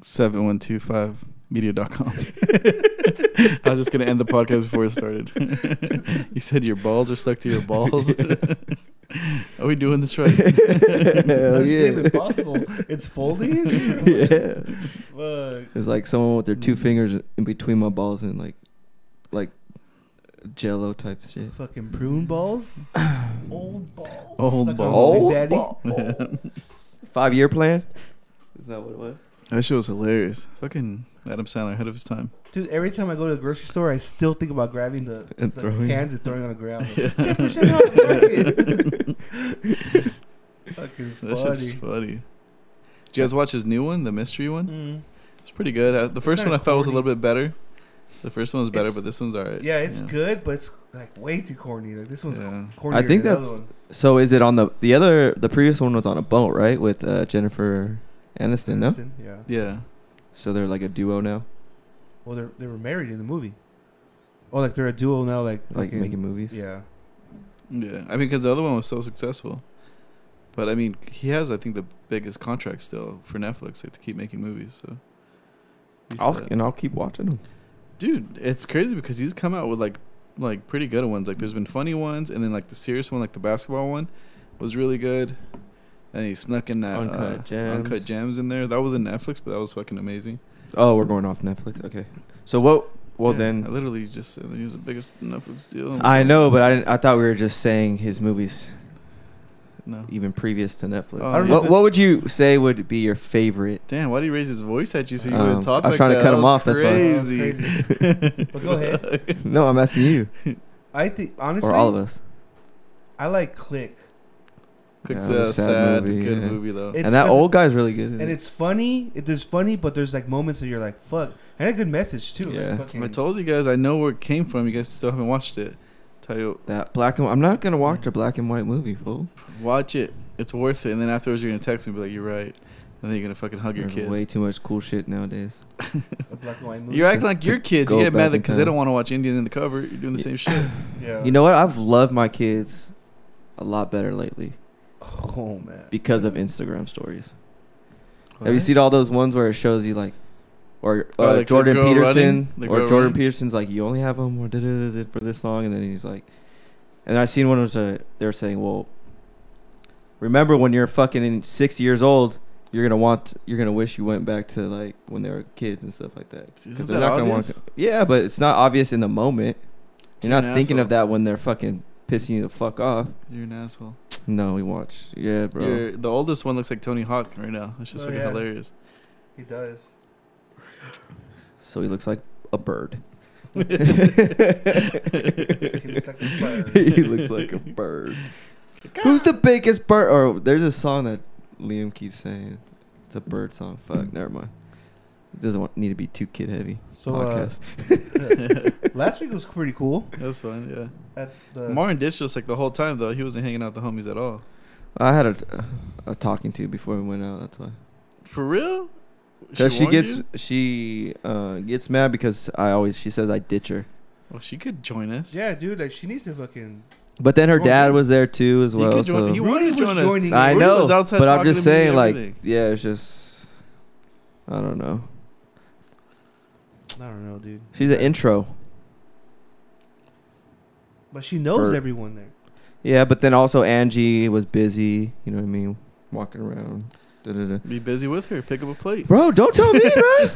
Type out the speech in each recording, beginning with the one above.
7125media.com. I was just going to end the podcast before it started. you said your balls are stuck to your balls. are we doing this right? Hell That's yeah. even possible. It's folding. yeah. Look. It's like someone with their two fingers in between my balls and like, like, Jello type shit. Fucking prune balls. Old balls. Old Suck on balls. Oh. my daddy. Five year plan. Is that what it was? that shit was hilarious. Fucking Adam Sandler ahead of his time. Dude, every time I go to the grocery store, I still think about grabbing the, And the throwing. cans and throwing on the ground. Yeah. 10% off market. Fucking That funny. shit's funny. Did you guys watch his new one, the mystery one? Mm. It's pretty good. Uh, the first kinda one I felt was a corny. little bit better. The first one was better, It's- but this one's alright. Yeah, it's good, but it's like way too corny. Like this one's Yeah. corny. I think that's so. Is it on the the other the previous one was on a boat right with uh, Jennifer Aniston? No. Yeah. Yeah. So they're like a duo now, Well, they they were married in the movie. Oh, like they're a duo now. Like like fucking- making movies. Yeah. Yeah. I mean, because the other one was so successful. But I mean, he has, I think, the biggest contract still for Netflix like, to keep making movies. So, He's, I'll, uh, and I'll keep watching them. dude, it's crazy because he's come out with like, like pretty good ones. Like, there's been funny ones, and then like the serious one, like the basketball one, was really good. And he snuck in that Uncut uh, Gems. uncut gems in there. That was in Netflix, but that was fucking amazing. Oh, we're going off Netflix. Okay. So what? Well Yeah, I then, literally just said that he's the biggest Netflix deal. I know, but I didn't, I thought we were just saying his movies no. even previous to Netflix. Oh, I don't know what, if what would you say would be your favorite? Damn, why did he raise his voice at you so you Um, wouldn't talk I was like trying to that? cut That him was off, that's why. Crazy. But Oh, go ahead. No, I'm asking you I think honestly, or all of us. I like Click, Quick's Yeah, it was a sad, movie, good yeah. movie though. It's and that nothing- old guy's really good. in it. and it's funny. It, there's funny, but there's like moments that you're like, "Fuck," and a good message too. like, Yeah. fucking- I told you guys I know where it came from. You guys still haven't watched it. Tell you, that black and I'm not gonna watch a black and white movie, fool. watch it. It's worth it. And then afterwards, you're gonna text me and be like, "You're right." And then you're gonna fucking hug your There's kids. way too much cool shit nowadays. a black and white movie. You're acting like to your kids. You go get back mad in because they time. don't want to watch Indian in the cover. You're doing the same shit. yeah. You know what? I've loved my kids a lot better lately oh man, because of Instagram stories. Have you seen all those ones where it shows you like, or Oh, uh, like the Jordan girl Peterson, running? The or girl Jordan running? Peterson's like, you only have them for this long, and then he's like, and I seen one was uh, they were saying, well, remember when you're fucking in six years old, you're gonna want, you're gonna wish you went back to like when they were kids and stuff like that. 'Cause Isn't they're that not gonna obvious? want. Yeah, but it's not obvious in the moment. You're You're not an thinking of asshole. that when they're fucking pissing you the fuck off. You're an asshole. No, we watch. Yeah, bro. You're, the oldest one looks like Tony Hawk right now. It's just Oh, fucking yeah. hilarious. he does. So he looks like a bird. He looks like a bird. he looks like a bird. Who's the biggest bird? Or there's a song that Liam keeps saying. It's a bird song. Fuck, never mind. It doesn't want, need to be too kid heavy. So, uh, podcast. last week was pretty cool. That's fun. Yeah. At the Martin ditched us like the whole time though. He wasn't hanging out with the homies at all. I had a, a talking to before we went out. That's why. For real? Because she, warned gets you? she uh, gets mad because I always she says I ditch her. Well, she could join us. yeah, dude, like she needs to fucking. But then her Join dad you. was there too as He well. could join- so- he wanted Rudy to join was us. joining. I Rudy know, was outside but I'm talking just to me and saying, like, everything. yeah, it's just, I don't know. I don't know, dude. She's an intro, But she knows Bird. everyone there. yeah, but then also Angie was busy. You know what I mean? Walking around, da, da, da. Be busy with her. Pick up a plate. bro. Don't tell me, bro.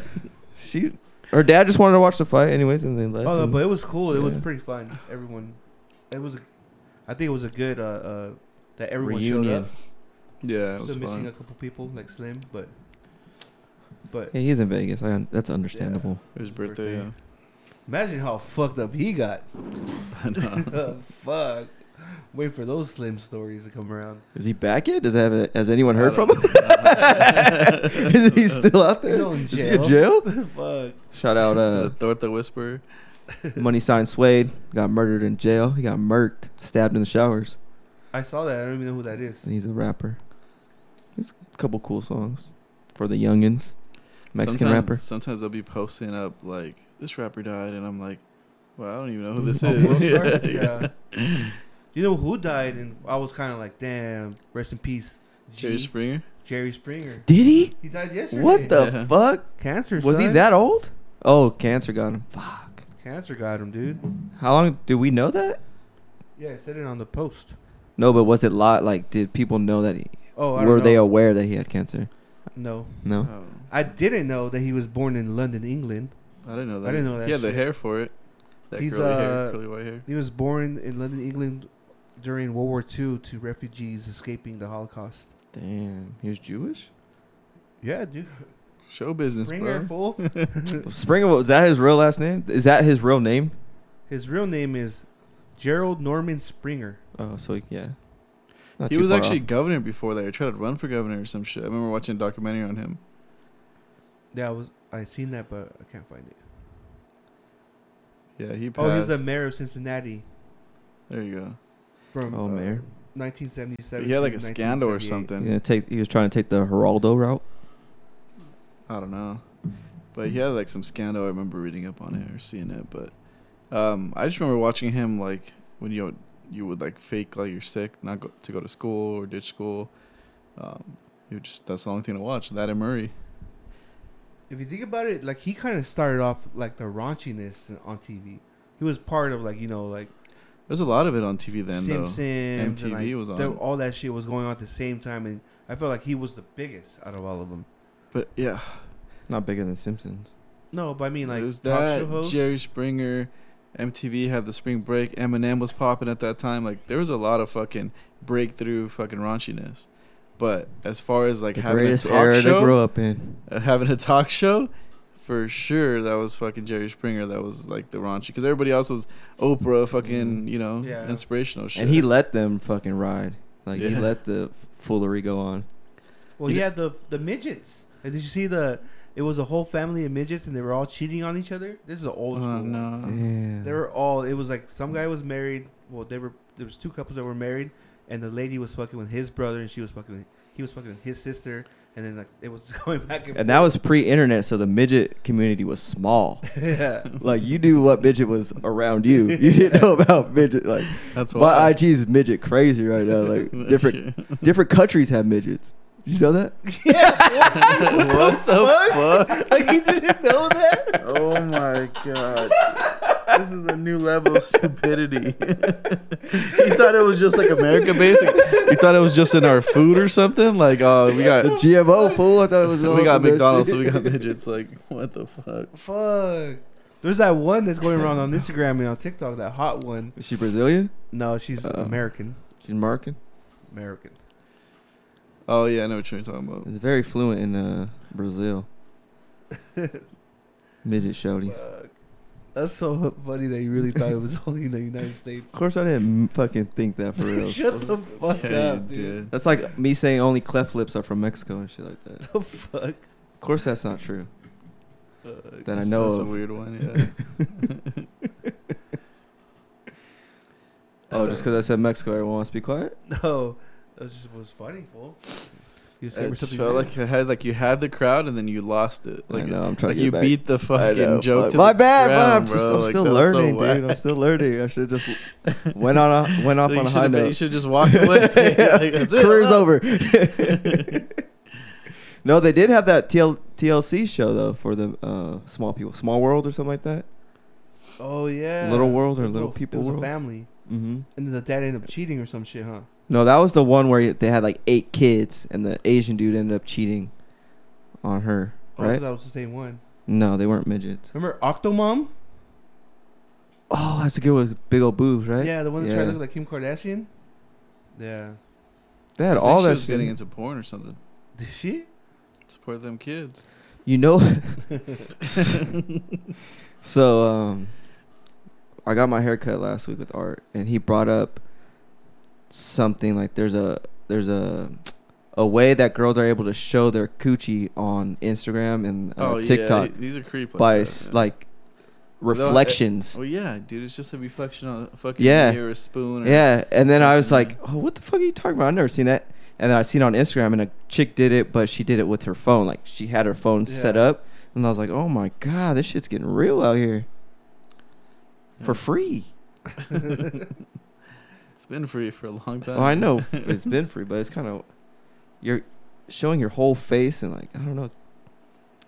She, her dad just wanted to watch the fight, anyways, and they left. Oh no, and- but it was cool. It was Yeah. pretty fun. Everyone, it was. a- I think it was a good uh, uh that everyone Reunion. showed up. Yeah, it was Still missing a fun. couple people like Slim, but but yeah, he's in Vegas. I, un- that's understandable. It was birthday. Birthday. imagine how fucked up he got. Yeah. Fuck. Wait for those Slim stories to come around. Is he back yet? Does that have a, has anyone heard I from don't him? Is he still out there? He's still in Is he jail. in jail? Fuck. Shout out, uh, the Thortha Whisperer. Money sign Suede got murdered in jail. He got murked, stabbed in the showers. I saw that. I don't even know who that is. And he's a rapper. He's a couple cool songs for the youngins. Mexican sometimes, rapper. Sometimes they'll be posting up like this rapper died, and I'm like, well, I don't even know who this Oh, is. World Star? yeah. You know who died, and I was kind of like, damn, rest in peace. Jerry G. Springer. Jerry Springer. Did he? He died yesterday. What the Yeah. fuck? cancer? Was he son. that old? Oh, cancer got him. Fuck. Cancer got him, dude. How long do we know that? Yeah, I said it on the post. No, but was it lot like did people know that he Oh, I were don't they know. aware that he had cancer? No, No. Oh, I didn't know that he was born in London, England. I didn't know that. I didn't know that He had the shit. hair for it. That He's, curly hair, uh, curly white hair. He was born in London, England, during World War II to refugees escaping the Holocaust. Damn, he was Jewish. Yeah, dude. Show business, Springer, bro. fool. Springer was that his real last name? Is that his real name? His real name is Gerald Norman Springer. Oh, so yeah. Not He too was far actually off. governor before that. He tried to run for governor or some shit. I remember watching a documentary on him. Yeah, I was I seen that, but I can't find it. Yeah, he passed. Oh, he was the mayor of Cincinnati There you go. from Oh, uh, mayor. 1977. He had like to a scandal or 1978. something. Yeah, take he was trying to take the Geraldo route. I don't know. But he had like some scandal. I remember reading up on it or seeing it. But um, I just remember watching him like when you you would like fake like you're sick, not go, to go to school or ditch school. Um, you would just that's the only thing to watch. That and Murray. If you think about it, like he kind of started off like the raunchiness on TV. He was part of like you know like There's a lot of it on TV then Simpsons. though. and, MTV was there- on. all that shit was going on at the same time, and I felt like he was the biggest out of all of them. But yeah, Not bigger than Simpsons. No, but I mean like it was talk that show host. Jerry Springer, MTV had the spring break. Eminem was popping at that time. Like there was a lot of fucking breakthrough fucking raunchiness. But as far as like the having a greatest talk era show, to grow up in. uh, having a talk show, for sure that was fucking Jerry Springer. That was like the raunchy because everybody else was Oprah, fucking you know, Yeah. inspirational shit. And he let them fucking ride. Like he Yeah. let the f- foolery go on. Well, he had the the midgets. Like, did you see the? It was a whole family of midgets, and they were all cheating on each other. This is an old school. Uh, one. no. Damn. They were all. It was like some guy was married. Well, they were. There was two couples that were married, and the lady was fucking with his brother, and she was fucking. With, he was fucking with his sister, and then like it was going back and. and that was pre-internet, so the midget community was small. yeah. like you knew what midget was around you. You didn't know about midget. Like That's my why. IG is midget crazy right now. Like That different shit. different countries have midgets. Did you know that? yeah. What, What the fuck? like he didn't know that. Oh my god. This is a new level of stupidity. you thought it was just like America basic. You thought it was just in our food or something? Like, oh, we The got GMO fool. I thought it was. all we got the best McDonald's, so shit. we got midgets. Like, what the fuck? Fuck. There's that one that's going around on Instagram and on TikTok. That hot one. Is she Brazilian? No, she's Uh-oh. American. She's American. American. Oh yeah, I know what you're talking about. It's very fluent in uh, Brazil. midget shorties. Fuck. That's so funny that you really thought it was only in the United States. Of course, I didn't fucking think that for real. Shut the fuck Yeah, up, you dude. did. That's like me saying only cleft lips are from Mexico and shit like that. The fuck. Of course, that's not true. Fuck. That I That's- know That's a of. weird one. Yeah. Oh, just because I said Mexico, everyone wants to be quiet. No, that was just was funny, fool. You It discovered just something felt new. like you had like you had the crowd and then you lost it. Like, Like, I know, I'm trying like to get you back. beat the I fucking know, joke but- to my the bad, bro. ground, I'm, just, bro. I'm Like, still that was so learning, whack. dude. I'm still learning. I should have just went on a, went Like, off on you a should've high been- You note. should just walk away. Like, that's it. Career's over. no, they did have that TL, TLC show though for the uh, small people, Small World or something like that. oh yeah, Little world or It was a little little- people It was world? a family, Mm-hmm. and then the dad ended up cheating or some shit, huh? No, that was the one where they had like eight kids, and the Asian dude ended up cheating on her. Oh, I Right? thought that was the same one. No, they weren't midgets. Remember Octomom? Oh, that's a good one. with Big old boobs, right? Yeah, the one that tried to Yeah. look like Kim Kardashian. Yeah, They I had think all she that was shit. getting into porn or something. did she? Support them kids. You know. so, um, I got my hair cut last week with Art, and he brought up something like there's a there's a a way that girls are able to show their coochie on Instagram and Oh, uh, TikTok Oh, Yeah, these are creep. by that, s yeah. like reflections. Well, yeah, dude, it's just a reflection on a fucking Yeah. yeah. or a spoon. Or, Yeah, and then I was like, something, "Oh, what the fuck are you talking about? I've never seen that." And then I seen it on Instagram, and a chick did it, but she did it with her phone. Like she had her phone set Yeah. up, and I was like, "Oh my god, this shit's getting real out here Yeah. for free." It's been free for a long time. Oh, I know it's been free, but it's kind of you're showing your whole face and like I don't know.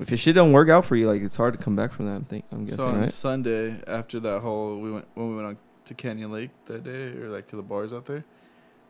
If your shit don't work out for you, like it's hard to come back from that. I'm think I'm guessing, so on right? Sunday after that whole we went when we went on to Canyon Lake that day or like to the bars out there.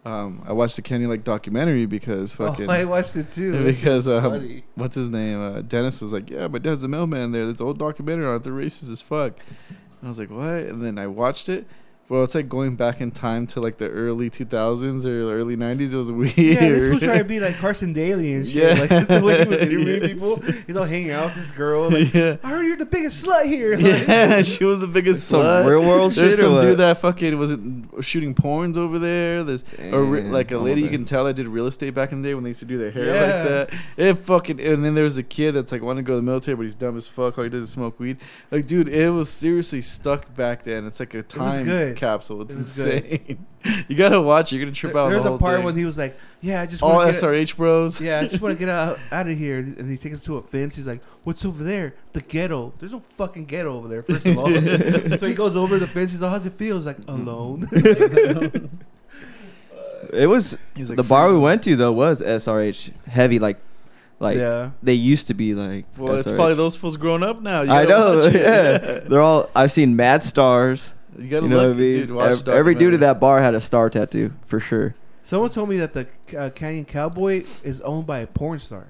Um, I watched the Canyon Lake documentary because fucking Oh, I watched it too. because um, Funny. what's his name? Uh, Dennis was like, "Yeah, my dad's a mailman there. This old documentary on it. They're racist as fuck." And I was like, "What?" And then I watched it. Well, it's like going back in time to like the early 2000s or the early 90s. It was weird. Yeah, this was trying to be like Carson Daly and shit. Yeah. Like the way he was interviewing Yeah. people. He's all hanging out with this girl. Like, yeah. I heard you're the biggest slut here. Like, yeah, she was the biggest Some slut. real world There's shit or some what? dude that fucking was not shooting porns over there. There's a re- Damn, like a all lady you that. can tell that did real estate back in the day when they used to do their hair Yeah. like that. It fucking and then there was a kid that's like wanting to go to the military but he's dumb as fuck. All he does is smoke weed. Like dude, it was seriously stuck back then. It's like a time good. capsule. It's It was good. insane. you gotta watch. it. You're gonna trip out. There's the a whole part thing. Oh, when he was like, "Yeah, I just all want to SRH bros. yeah, I just want to get out out of here." And he takes us to a fence. He's like, "What's over there? The ghetto. There's no fucking ghetto over there." First of all, so he goes over the fence. He's like, "How's it feel?" He's like, "Alone." It was He's the bar we went to though was SRH heavy, like like yeah, they used to be like. Well, it's SRH. probably those fools grown up now. You I gotta know. watch it. Yeah, they're all. I've seen mad stars. You gotta you know look, what I mean? dude. Watch Ev- every dude documentary. at that bar had a star tattoo for sure. someone told me that the uh, Canyon Cowboy is owned by a porn star.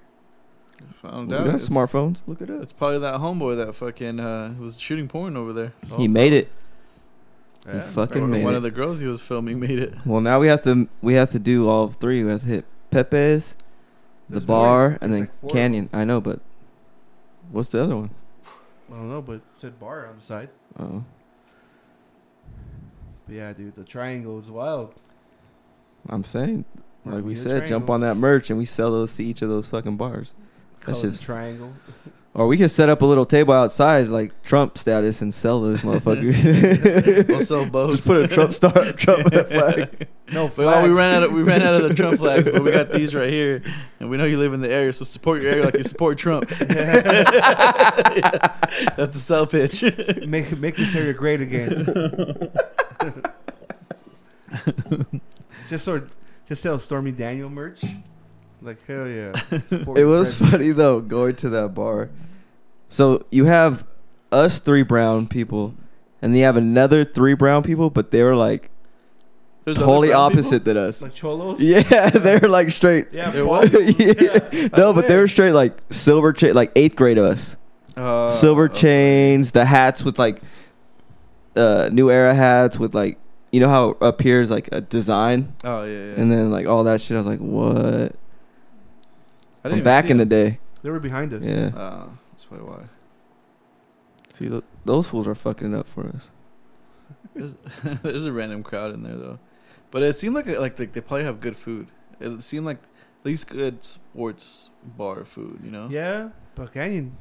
We Found got out. It's, smartphones. Look it up. it's probably that homeboy that fucking uh, was shooting porn over there. He made it. He Yeah. fucking Or made one it. of the girls he was filming made it. Well, now we have to we have to do all three. We have to hit Pepe's, the There's bar, more. and There's then like four of Canyon. I know, but what's the other one? I don't know, but it said bar on the side. Oh, But yeah, dude, the triangle is wild. I'm saying, like we Yeah, said, jump triangle. on that merch and we sell those to each of those fucking bars. Call it just- a triangle. Or we could set up a little table outside, like Trump status, and sell those motherfuckers. We'll sell both. Just put a Trump star, Trump flag. No, But, oh, we flags. ran out of we ran out of the Trump flags, but we got these right here, and we know you live in the area, so support your area like you support Trump. That's the sell pitch. make make this area great again. just sort just sell Stormy Daniel merch. Like hell yeah. Support It was the funny though going to that bar. So you have us three brown people, and you have another three brown people, but they were like There's other totally brown people? opposite than us. red- like cholos. Yeah, they were like straight. Yeah, It Paul- was? Yeah. No, but they were straight like silver chain, like eighth grade of us. Uh, silver okay. chains, the hats with like uh, new era hats with like you know how up here is like a design, Oh yeah, yeah. and then like all that shit. I was like, what? I From back in the day, They were behind us. yeah. Uh, that's probably why. See, th- those fools are fucking it up for us. There's, there's a random crowd in there though, but it seemed like like they, they probably have good food. It seemed like at least good sports bar food, you know. Yeah. But Canyon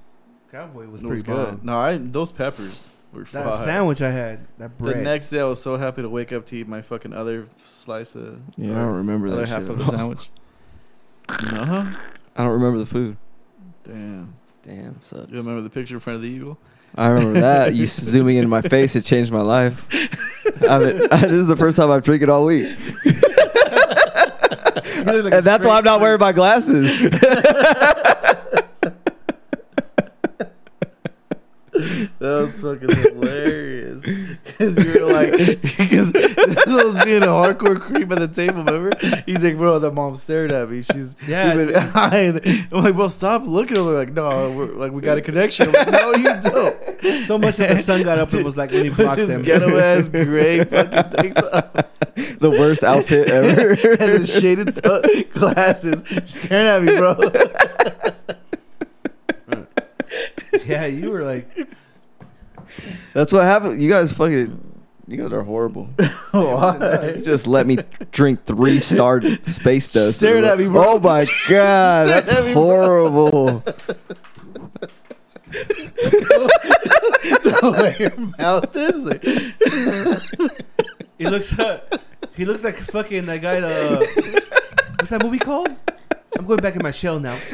Cowboy was it pretty was bomb. good. No, I those peppers were That fire. sandwich I had, that The bread. next day, I was so happy to wake up to eat my fucking other slice of Yeah, I don't remember other half that shit. Uh-huh. of the sandwich. No, I don't remember the food. damn. Damn, sucks. You remember the picture in front of the eagle? I remember that. You zooming into my face, it changed my life. I mean, this is the first time I've drinking all week. and that's why I'm not wearing my glasses. That was fucking hilarious. Because you were like, because this was being a hardcore creep at the table, remember? He's like, bro, that mom stared at me. She's Yeah. even high. I'm like, bro, stop looking at me. Like, no, we're, like we got a connection. I'm like, no, you don't. So much that the sun got up and was like when he blocked this them. ghetto ass gray fucking tank top the worst outfit ever. and the shaded t- glasses staring at me, bro. yeah, you were like That's what happened. You guys fucking, you guys are horrible. You just let me drink three star space dust. Stared at me, bro. Oh my god, that's at me, bro. horrible. the way your mouth is. Like, He looks up. He looks like fucking that guy. Uh, what's that movie called? I'm going back in my shell now.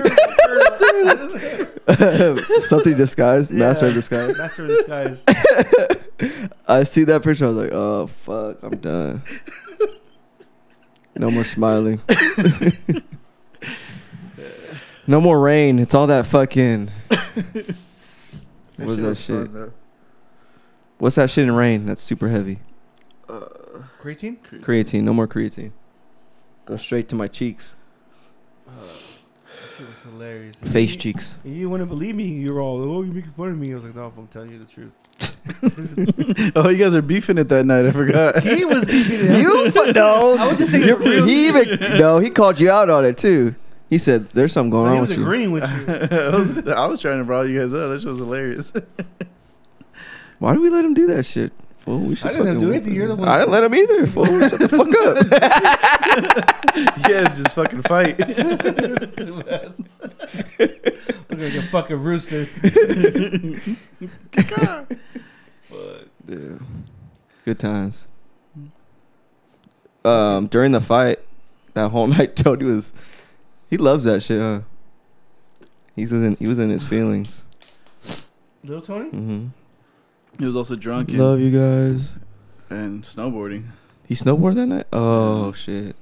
Something disguised, master of disguise. Master of disguise. I see that picture. I was like, oh fuck, I'm done. No more smiling. No more rain. It's all that fucking. That What shit is that was fun, shit? though. What's that shit in rain? That's super heavy. Uh, Creatine? Creatine. No more creatine. Go straight to my cheeks, Uh, that shit was hilarious. face You- cheeks. And you wouldn't believe me. You were all, oh, you're making fun of me. I was like, no, I'm telling you the truth. oh, you guys are beefing it that night. I forgot. he was beefing it up. you fu- no. I was just saying You're- the real he even no. He called you out on it too. He said, "There's something going No, he on was with you." agreeing with you. I, was, I was trying to brought you guys up. That shit was hilarious. Why do we let him do that shit? Fool, we should I didn't fucking do whip anything. him. You're the one- I didn't let him either. Fool, shut the fuck up. yes, just fucking fight. Look like a fucking rooster. Dude. Good times. Um, during the fight, that whole night, Tony was. He loves that shit, huh? He's in. He was in his feelings. Little Tony? hmm He was also drunk and, Love you guys. and snowboarding. He snowboarded that night. Oh shit.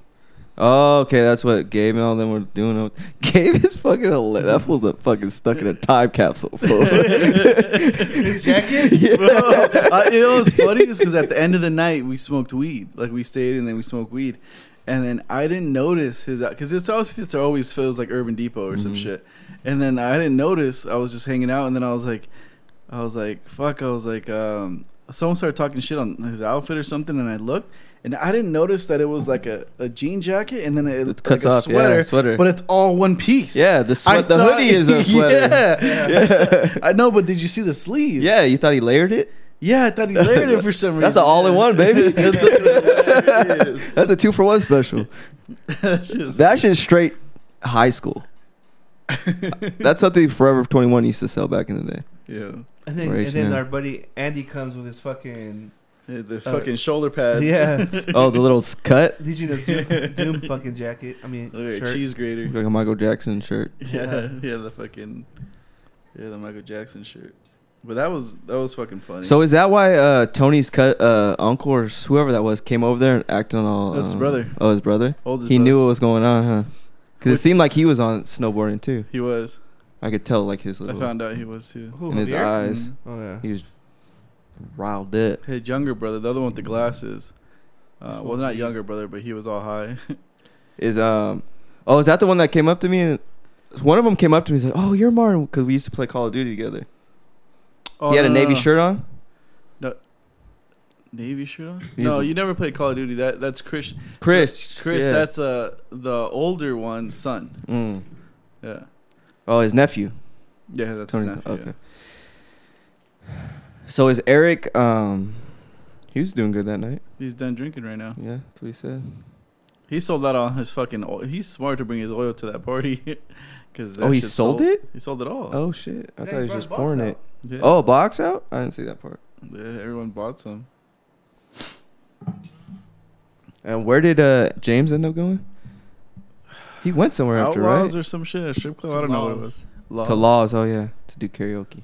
Oh, okay, that's what Gabe and all them were doing. Gabe is fucking hila- that fool's a fucking stuck in a time capsule. Fool. His jacket? Yeah. Bro, I, you know what's funny is because at the end of the night we smoked weed. Like we stayed and then we smoked weed, and then I didn't notice his because it's always it's always feels like Urban Depot or some Mhm. shit. And then I didn't notice. I was just hanging out, and then I was like, I was like, fuck. I was like, um, someone started talking shit on his outfit or something, and I looked. And I didn't notice that it was like a, a jean jacket and then it, It cuts like a off, yeah, sweater, sweater. but it's all one piece. yeah, the I sweat, the thought- hoodie is a sweater. Yeah. Yeah. I know, but did you see the sleeve? yeah, you thought he layered it? Yeah, I thought he layered it for some reason. That's an all-in-one, baby. That's what it is. That's a two for one special. That shit's- That shit's straight high school. That's something Forever 21 used to sell back in the day. yeah. And then, Right, and then yeah. our buddy Andy comes with his fucking. Yeah, The fucking shoulder pads. Uh, Yeah. Oh, the little s- cut? Did you know Doom, Doom fucking jacket? I mean, Look at shirt. that cheese grater. Like a Michael Jackson shirt. Yeah, yeah, the fucking yeah, the Michael Jackson shirt. But that was that was fucking funny. So is that why uh, Tony's cut, uh, uncle or whoever that was came over there and acted on all? That's his um, brother. Oh, his brother. Oldest he brother. knew what was going on, huh? Because it Which- seemed like he was on snowboarding too. he was. I could tell like his I little found out he was too. Who, in his Javier? eyes. Mhm. Oh, yeah. He was riled up. His younger brother, the other one with the glasses. Uh, Mm-hmm. This well, one. not younger brother, but he was all high. Is um, oh, is that the one that came up to me? And one of them came up to me. and said, "Oh, you're Martin," because we used to play Call of Duty together. Oh, he had no, a no, navy no. shirt on. Navy shirt on? He's no, a- you never played Call of Duty. That that's Chris. Chris, Chris, yeah. that's uh the older one's son. Mm. Yeah, Oh, his nephew. yeah, that's his Tony, nephew. okay. So is Eric? Um, he was doing good that night. yeah. He's done drinking right now. Yeah, that's what he said. He sold out on his fucking. Oil. He's smart to bring his oil to that party. Cause that Oh, he shit sold it? He sold it all. Oh shit! I thought Yeah, he he was brought just a box pouring out. it. Yeah. Oh, a box out? I didn't see that part. Yeah, everyone bought some. And where did uh, James end up going? He went somewhere after, Outlaws right? or some shit. A strip club. I don't know what it was. Laws. to Laws. Oh yeah, to do karaoke.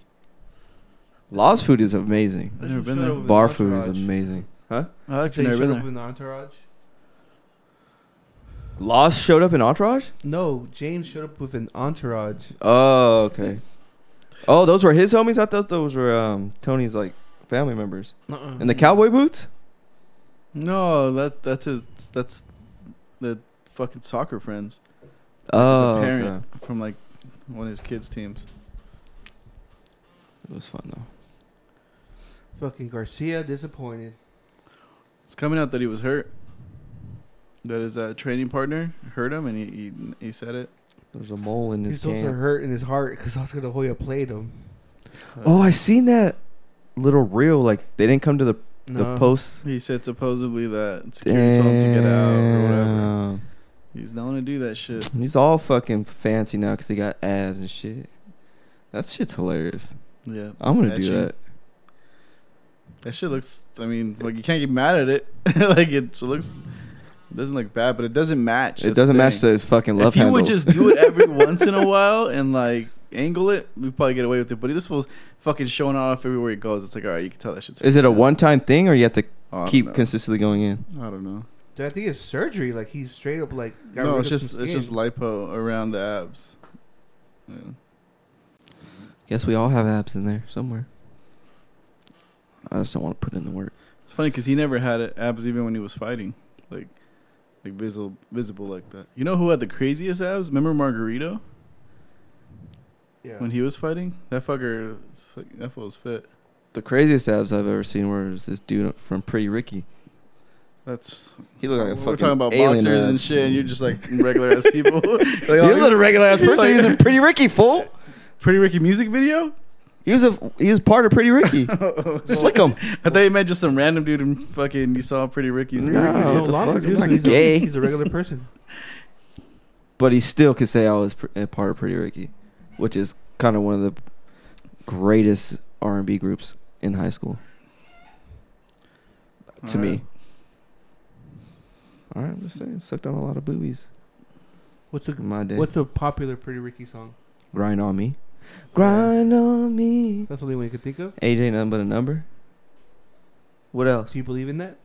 Laws food is amazing. I've never been there. Bar food is amazing. I I've actually never been there. With an entourage. Laws showed up in Entourage. No, James showed up with an entourage. Oh okay. Oh, those were his homies. I thought those were um, Tony's like family members. Uh-uh. And the cowboy boots. No, that that's his. That's the fucking soccer friends Oh, parent. okay. from like one of his kids' teams. it was fun though. fucking Garcia disappointed. It's coming out that he was hurt. That his uh, training partner hurt him, and he he, he said it. There was a mole in his He's also can. hurt in his heart because Oscar De Hoya played him. Uh, Oh, I seen that little reel. Like they didn't come to the the No. post. He said supposedly that security told him to get out or whatever. Damn. He's known to do that shit. He's all fucking fancy now because he got abs and shit. That shit's hilarious. Yeah, I'm gonna do Etching. that. that shit looks. I mean, like you can't get mad at it. like it looks doesn't look bad, but it doesn't match. It That's the doesn't match thing. to his fucking if love you would handles. just do it every once in a while and like angle it, we'd probably get away with it. But this was fucking showing off everywhere he goes. It's like, all right, you can tell that shit's. Is it a one-time thing or you have to Oh, I don't keep know. consistently going in? I don't know. Dude, I think it's surgery. Like he's straight up like. no, rid it's of just some it's skin. just lipo around the abs. Yeah. Guess we all have apps in there somewhere. I just don't want to put in the work. It's funny because he never had it- abs even when he was fighting, like, like visible, visible like that. You know who had the craziest abs? Remember Margarito Yeah. when he was fighting? That fucker, is fuck- that fool was fit. The craziest abs I've ever seen were this dude from Pretty Ricky. That's He looked like a we're fucking talking about alien boxers and abs. shit, and you're just like regular ass people. Like, He was a regular ass He's person. he like- was in Pretty Ricky, fool. Pretty Ricky music video. He was a he was part of Pretty Ricky. Slick him. I thought you meant just some random dude and fucking you saw Pretty Ricky's No. He's music no video. what the longer, fuck? dude, I'm not he's a- gay. he's a regular person. But he still could say I was pr- a part of Pretty Ricky, which is kind of one of the greatest R and B groups in high school to All me. right. All right, I'm just saying, sucked on a lot of boobies What's a in my day. What's a popular Pretty Ricky song? grind on me? Grind on me. That's the only one you could think of. AJ ain't nothing but a number. What else? Do you believe in that?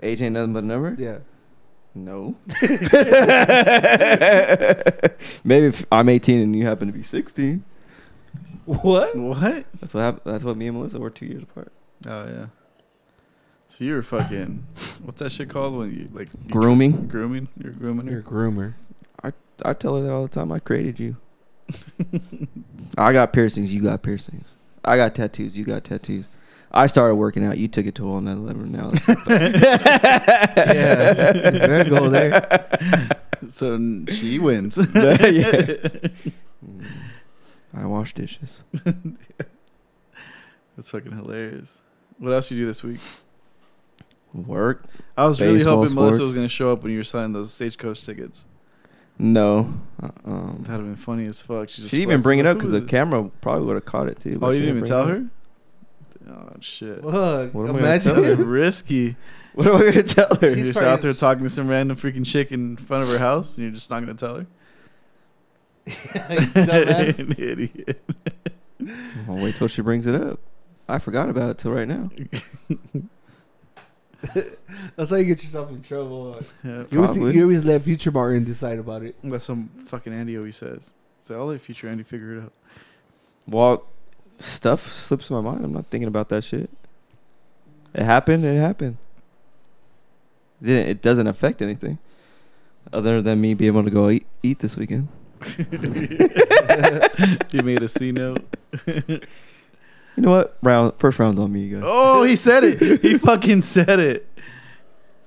AJ ain't nothing but a number. Yeah. No. Maybe if I'm 18 and you happen to be 16. What? What? That's what happened. That's what me and Melissa were two years apart. Oh yeah. So you were fucking. What's that shit called when you like you Grooming. grooming? You're grooming her. groomer. I tell her that all the time. I created you. I got piercings. You got piercings. I got tattoos. You got tattoos. I started working out. You took it to a whole nother level. Now, it's- yeah. There go there. So n- she wins. Yeah. Mm. I wash dishes. That's fucking hilarious. What else you do this week? Work? I was really Baseball, hoping Melissa sports. was gonna show up when you were selling those stagecoach tickets. No. Uh, Um, That'd have been funny as fuck. She she just didn't even flexed, bring it like, up "Who because is the this?" camera probably would have caught it too. but Oh, she you didn't even bring it tell up. her? Oh shit. Fuck. What am I gonna tell That's her? Imagine. risky. What am I gonna tell her? You're She's just probably- out there talking to some random freaking chick in front of her house, and you're just not gonna tell her. Dumbass. Idiot. I'll wait till she brings it up. I forgot about it till right now. That's how you get yourself in trouble. Yeah, You always, Probably. you always let Future Martin decide about it. that's some fucking Andy always says. So I'll let future Andy figure it out. Well, stuff slips my mind. I'm not thinking about that shit. It happened. It happened. It, didn't- it doesn't affect anything, other than me being able to go eat, eat this weekend. You made a C note. You know what? Round first round on me, you guys. Oh, he said it. He fucking said it.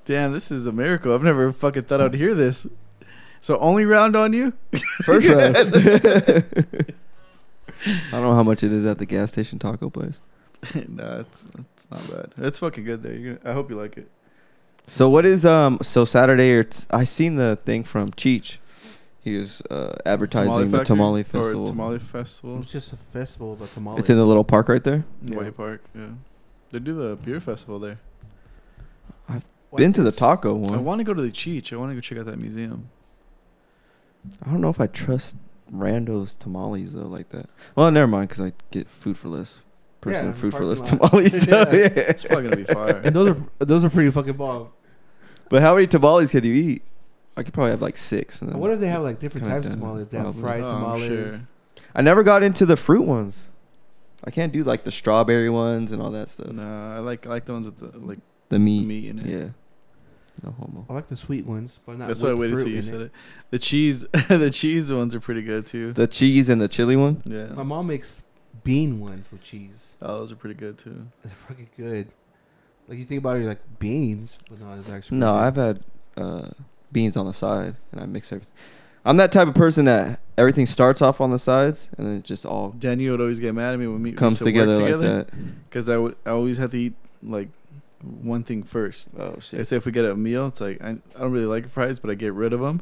Damn, this is a miracle. I've never fucking thought I'd hear this. So only round on you? First round. I don't know how much it is at the gas station taco place. nah, it's, it's not bad. It's fucking good though. You're gonna, I hope you like it. So what is um? So Saturday, or t- I seen the thing from Cheech. He was uh, advertising the Factory tamale Or festival. tamale festival. It's just a festival about tamales. It's in the little park right there. in Yeah. White Park. Yeah. They do the beer festival there. Been to the taco I one. want to go to the Cheech. I want to go check out that museum. I don't know if I trust Rando's tamales though, like that. Well, never mind, because I get food for less. Person Yeah, food for parking less lot. tamales. So, Yeah. yeah. It's probably gonna be fire. And those are those are pretty fucking bomb. But how many tamales can you eat? I could probably have like six. And I then wonder if they have it's like different kinda types of done, tamales. They have probably. fried Oh, I'm tamales. sure. I never got into the fruit ones. I can't do like the strawberry ones and all that stuff. Nah, I like I like the ones with the like The meat. meat in it. Yeah. No homo. I like the sweet ones, but not. That's why with I waited fruit till you in said it. The cheese, the cheese ones are pretty good too. The cheese and the chili one. yeah, My mom makes bean ones with cheese. oh, those are pretty good too. They're fucking good. Like you think about it, you're like beans, but no, it's actually No, pretty I've good. had uh, beans on the side, and I mix everything. I'm that type of person that everything starts off on the sides, and then it just all Daniel would always get mad at me when we comes together, like because I would I always have to eat like one thing first. that. Oh I shit! say if we get a meal, it's like I, I don't really like fries, but I get rid of them,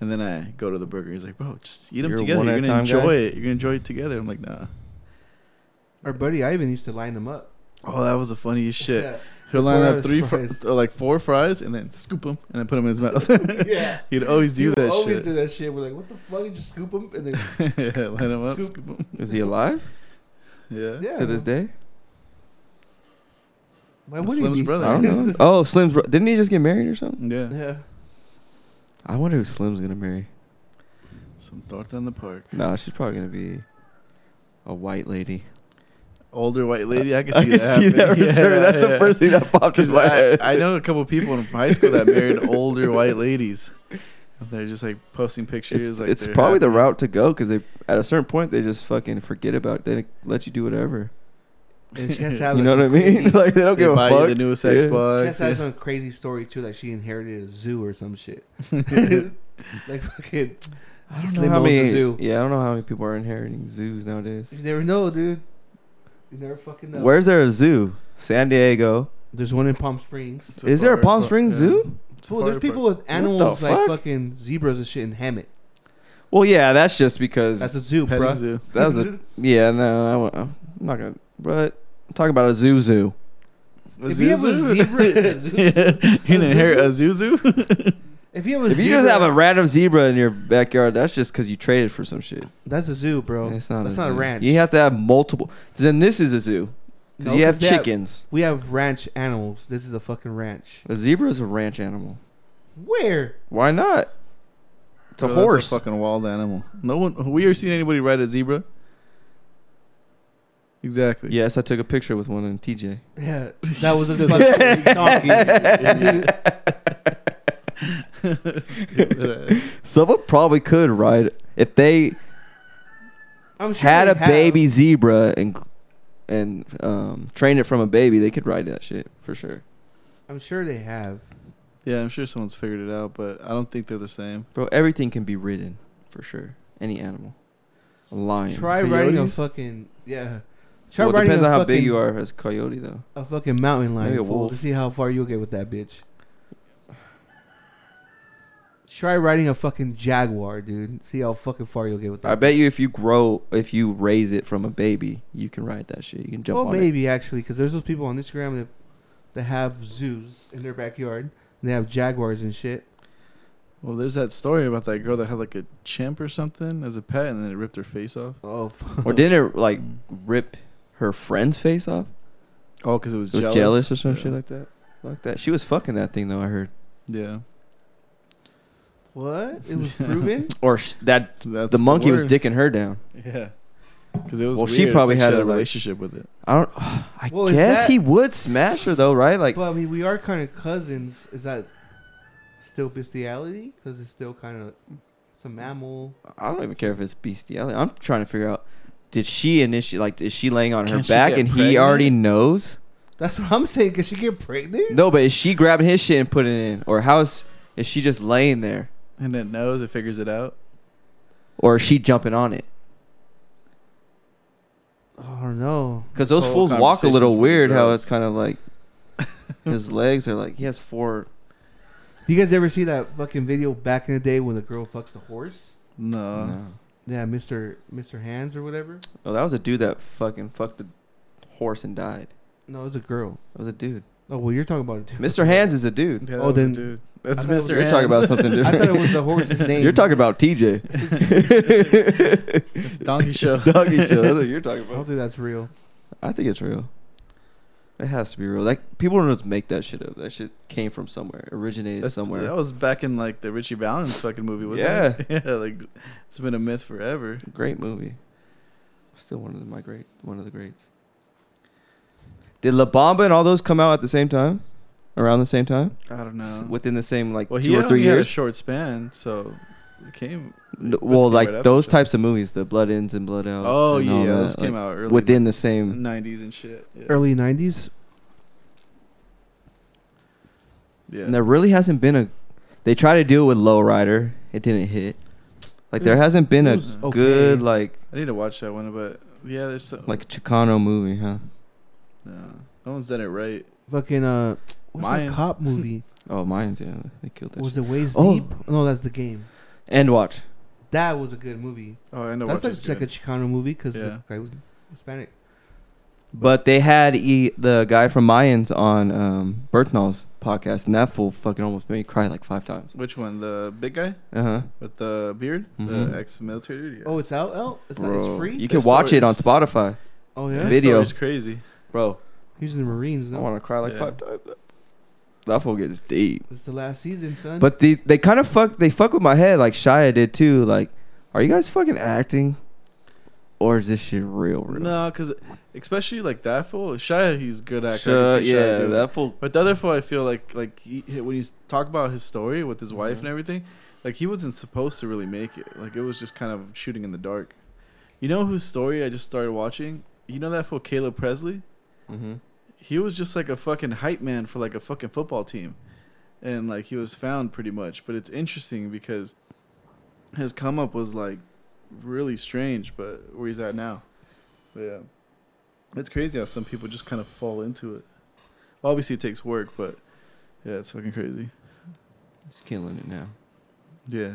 and then I go to the burger. He's like, bro, just eat them You're a together. one You're at a gonna time guy? enjoy it. You're gonna enjoy it together. I'm like, nah. Our buddy Ivan used to line them up. Oh, that was the funniest shit. Yeah. He'll line Four up three, fr- fries. or like four fries, and then scoop them, and then put them in his mouth. yeah. He'd always do People that always shit. do that shit. We're like, what the fuck? You just scoop them and then yeah, line them up, Scoop. scoop them. Is he alive Yeah. yeah. to this day? Why That's would Slim's he be? brother. I don't know. Oh, Slim's bro- didn't he just get married or something? Yeah. Yeah. I wonder who Slim's gonna marry. Some torta in the park. No, she's probably gonna be a white lady. Older white lady, I can see I can that. see that. happening. reserve. Yeah, That's the yeah. first thing that popped in 'Cause my I, head. I know a couple people in high school that married older white ladies. And they're just like posting pictures. It's, like it's they're probably the happy. route to go because they at a certain point they just fucking forget about. They let you do whatever. And she has to have you like, know what I some mean? crazy- like they don't They give a buy fuck. you the newest Yeah. she has Xbox. to have yeah. some crazy story too, like she inherited a zoo or some shit. like fucking, I don't Slim know how owns a many. zoo. Yeah, I don't know how many people are inheriting zoos nowadays. you never know, dude. You never fucking know. Where's there a zoo? San Diego. There's one in Palm Springs. Is there a Safari Palm park, Springs yeah. Zoo? Well, Safari there's people park. with animals like fuck? fucking zebras and shit in Hammett. Well, yeah, that's just because That's a zoo, Petting bro. zoo. that was a yeah. No, I won't, I'm not gonna. But I'm talking about a zoo zoo. A If you have a zoo? zebra- a zoo- yeah. You can a inherit zoo- a zuzu. If you have a If you zebra, just have a random zebra in your backyard, that's just because you traded for some shit. that's a zoo, bro. It's not. that's a not a zoo. ranch. You have to have multiple. Then this is a zoo because No, you have 'cause they have- chickens. we have ranch animals. This is a fucking ranch. A zebra is a ranch animal. Where? Why not? It's a Bro, that's horse. fucking wild animal. No one. Have we ever seen anybody ride a zebra? Exactly. yes, I took a picture with one in TJ. Yeah, that was a fucking donkey. Someone probably could ride if they I'm sure had they a have. baby zebra and and um, trained it from a baby. They could ride that shit for sure, I'm sure they have. Yeah, I'm sure someone's figured it out, but I don't think they're the same. bro. Everything can be ridden for sure. Any animal, a lion. Try riding a Coyotes? fucking yeah. Try well, it riding depends a on how fucking, big you are as a coyote, though. A fucking mountain lion. Maybe a fool, wolf. To see how far you'll get with that bitch. Try riding a fucking jaguar, dude. See how fucking far you'll get with that. I bet you if you grow, if you raise it from a baby, you can ride that shit. You can jump well, on it. maybe actually, because there's those people on Instagram that that have zoos in their backyard. And they have jaguars and shit. Well, there's that story about that girl that had like a chimp or something as a pet, and then it ripped her face off. Oh, fuck. Or didn't it like Mm. rip her friend's face off? Oh, because it was Was jealous. jealous, or some yeah. shit like that. Like that. She was fucking that thing though. I heard. Yeah, what? It was proven. Or sh- that So that's the monkey was word. dicking her down. Yeah, because it was. Well, weird. she It's probably like had she a, had a like- relationship with it. I don't. I Well, is guess that- he would smash her though, right? Like but I mean, we are kind of cousins. Is that still bestiality? Because it's still kind of it's a mammal. I don't even care if it's bestiality. I'm trying to figure out. Did she initiate? Like, is she laying on her Can she back get and he pregnant? already knows? That's what I'm saying. Cause she get pregnant. No, but is she grabbing his shit and putting it in, or how is is she just laying there, And it knows it figures it out. or is she jumping on it? Oh no. Because those whole fools walk a little conversation's weird. How gross. it's kind of like his legs are like he has four. You guys ever see that fucking video back in the day when the girl fucks the horse? No, No. Yeah, Mister Mister Hands or whatever. uh, Oh, that was a dude that fucking fucked a horse and died. No, it's a girl. That was a dude. Oh well, you're talking about it. Mr. Hands is a dude. Yeah, that Oh, was a then- dude. that's I thought it was- Mr. You're talking about something I different. thought it was the horse's name. You're talking about TJ. It's Donkey Show. Doggy show. That's what you're talking I don't about. think that's real. I think it's real. It has to be real. Like people don't just make that shit up. That shit came from somewhere. Originated That's- somewhere. That was back in like the Richie Valens fucking movie, wasn't it? Yeah, like it's been a myth forever. Great movie. Still one of the, my great one of the greats. Did La Bamba and all those come out at the same time? Around the same time? I don't S- know. Within the same like well, he two or only three had a years? short span, so it came. N- it must well, came like right after those that. types of movies, the Blood Ins and Blood Outs. Oh and yeah, all that, those came like, out Mm, early. within the same. nineties and shit. Yeah. Early '90s. Yeah. And there really hasn't been a. They tried to do it with Lowrider. It didn't hit. Like Mm. there It- hasn't been it a was okay. good like I need to watch that one, but yeah, there's so, like Chicano movie, huh? no, no one's done it right. Fucking uh, what's Mayans. that cop movie? Oh, mine, yeah, they killed that. was Shit. it Ways Oh. Deep? No, that's the game. End watch. That was a good movie. Oh, I know. that's watch is like, like a E. good. Chicano movie because Yeah. the guy was Hispanic. But they had e- the guy from Mayans on um, Berthnall's podcast, and that fool fucking almost made me cry like five times. Which one? The big guy Uh huh. with the beard, Mhm. the ex-military dude. Yeah. Oh, it's out. Oh, it's not. It's free. You The can watch it on stories. Spotify, oh That yeah. story's video. crazy. bro. He was in the Marines. I No? want to cry like Yeah. five times. That fool gets deep. It's the last season, son. But the, they kind of fuck they fuck with my head like Shia did too. Like Are you guys fucking acting, or is this shit real? Real? No, because especially like that fool, Shia, he's good actor. I Shut- can see Shia yeah, do it. that fool. But the other fool, I feel like like he, he- when he's talk about his story with his wife Mhm. and everything, like he wasn't supposed to really make it. Like it was just kind of shooting in the dark. You know whose story I just started watching? You know that fool Caleb Presley? Mm-hmm. He was just like a fucking hype man for like a fucking football team, and like he was found pretty much. But it's interesting because his come up was like really strange. But where he's at now, but yeah, it's crazy how some people just kind of fall into it. Obviously, it takes work, but yeah, it's fucking crazy. He's killing it now. Yeah.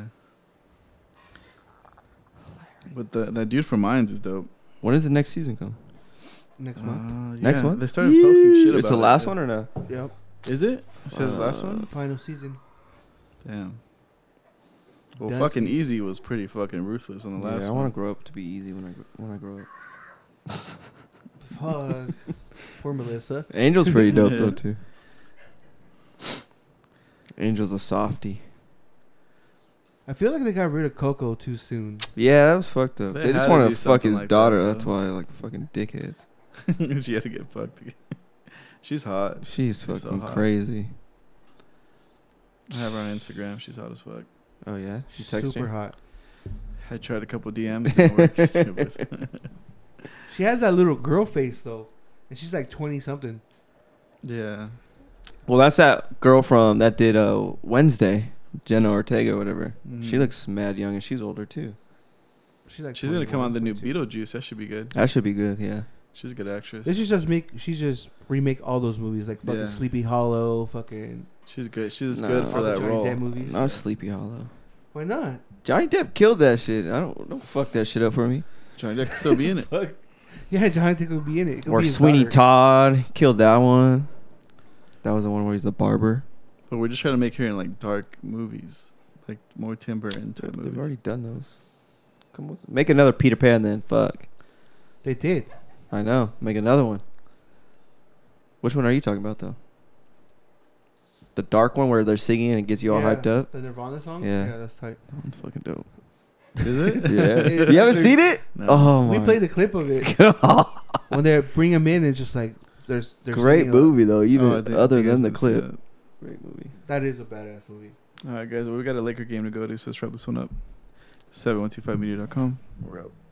But the, that dude from Mines is dope. When does the next season come? next month. month. Next month? They started posting shit about It's the last it. one or no? Yep. Is it? It says last Uh, one? Final season. Damn. Well, That's fucking easy. easy was pretty fucking ruthless on the last yeah, I one. want to grow up to be easy when I gr- when I grow up. Fuck. Poor Melissa. Angel's pretty dope Yeah. though too. Angel's a softie. I feel like they got rid of Coco too soon. Yeah, that was fucked up. They They, had just to want do to fuck something his like that, daughter. though. That's why like fucking dickheads. she had to get fucked. again. She's hot. She's so fucking hot. crazy. I have her on Instagram. She's hot as fuck. Oh yeah, she texted Super you? hot. I tried a couple DMs. Didn't work. Stupid. She has that little girl face though, and she's like twenty something. Yeah. Well, that's that girl from that did uh, Wednesday, Jenna Ortega, or whatever. She Mm. looks mad young, and she's older too. She's like. She's gonna come 21, on the new 22. Beetlejuice. That should be good. That should be good. Yeah. She's a good actress. This is just make. She's just remake all those movies like fucking Yeah. Sleepy Hollow, fucking. She's good. She's Nah. good for all the that Johnny role. Depp movies. Not Sleepy Hollow. Why not? Johnny Depp killed that shit. I don't don't fuck that shit up for me. Johnny Depp could still be in it. Fuck. Yeah, Johnny Depp would be in it. It could Or be his Sweeney daughter. Todd killed that one. That was the one where he's the barber. But we're just trying to make her in like dark movies, like more Tim Burton type movies. They've already done those. Come with make another Peter Pan then. Fuck. They did. I know. Make another one. Which one are you talking about though? The dark one where they're singing and it gets you all Yeah, hyped up. The Nirvana song. Yeah. that's tight. That one's fucking dope. Is it? Yeah. It's you haven't like- seen it? No. Oh my. we played the clip of it God. when they bring him in. It's just like there's. there's Great movie though. Even Oh, I think- other I think I than the didn't see clip. that. Great movie. That is a badass movie. All right, guys. Well, we got a Laker game to go to, so let's wrap this one up. 7125media.com. We're out.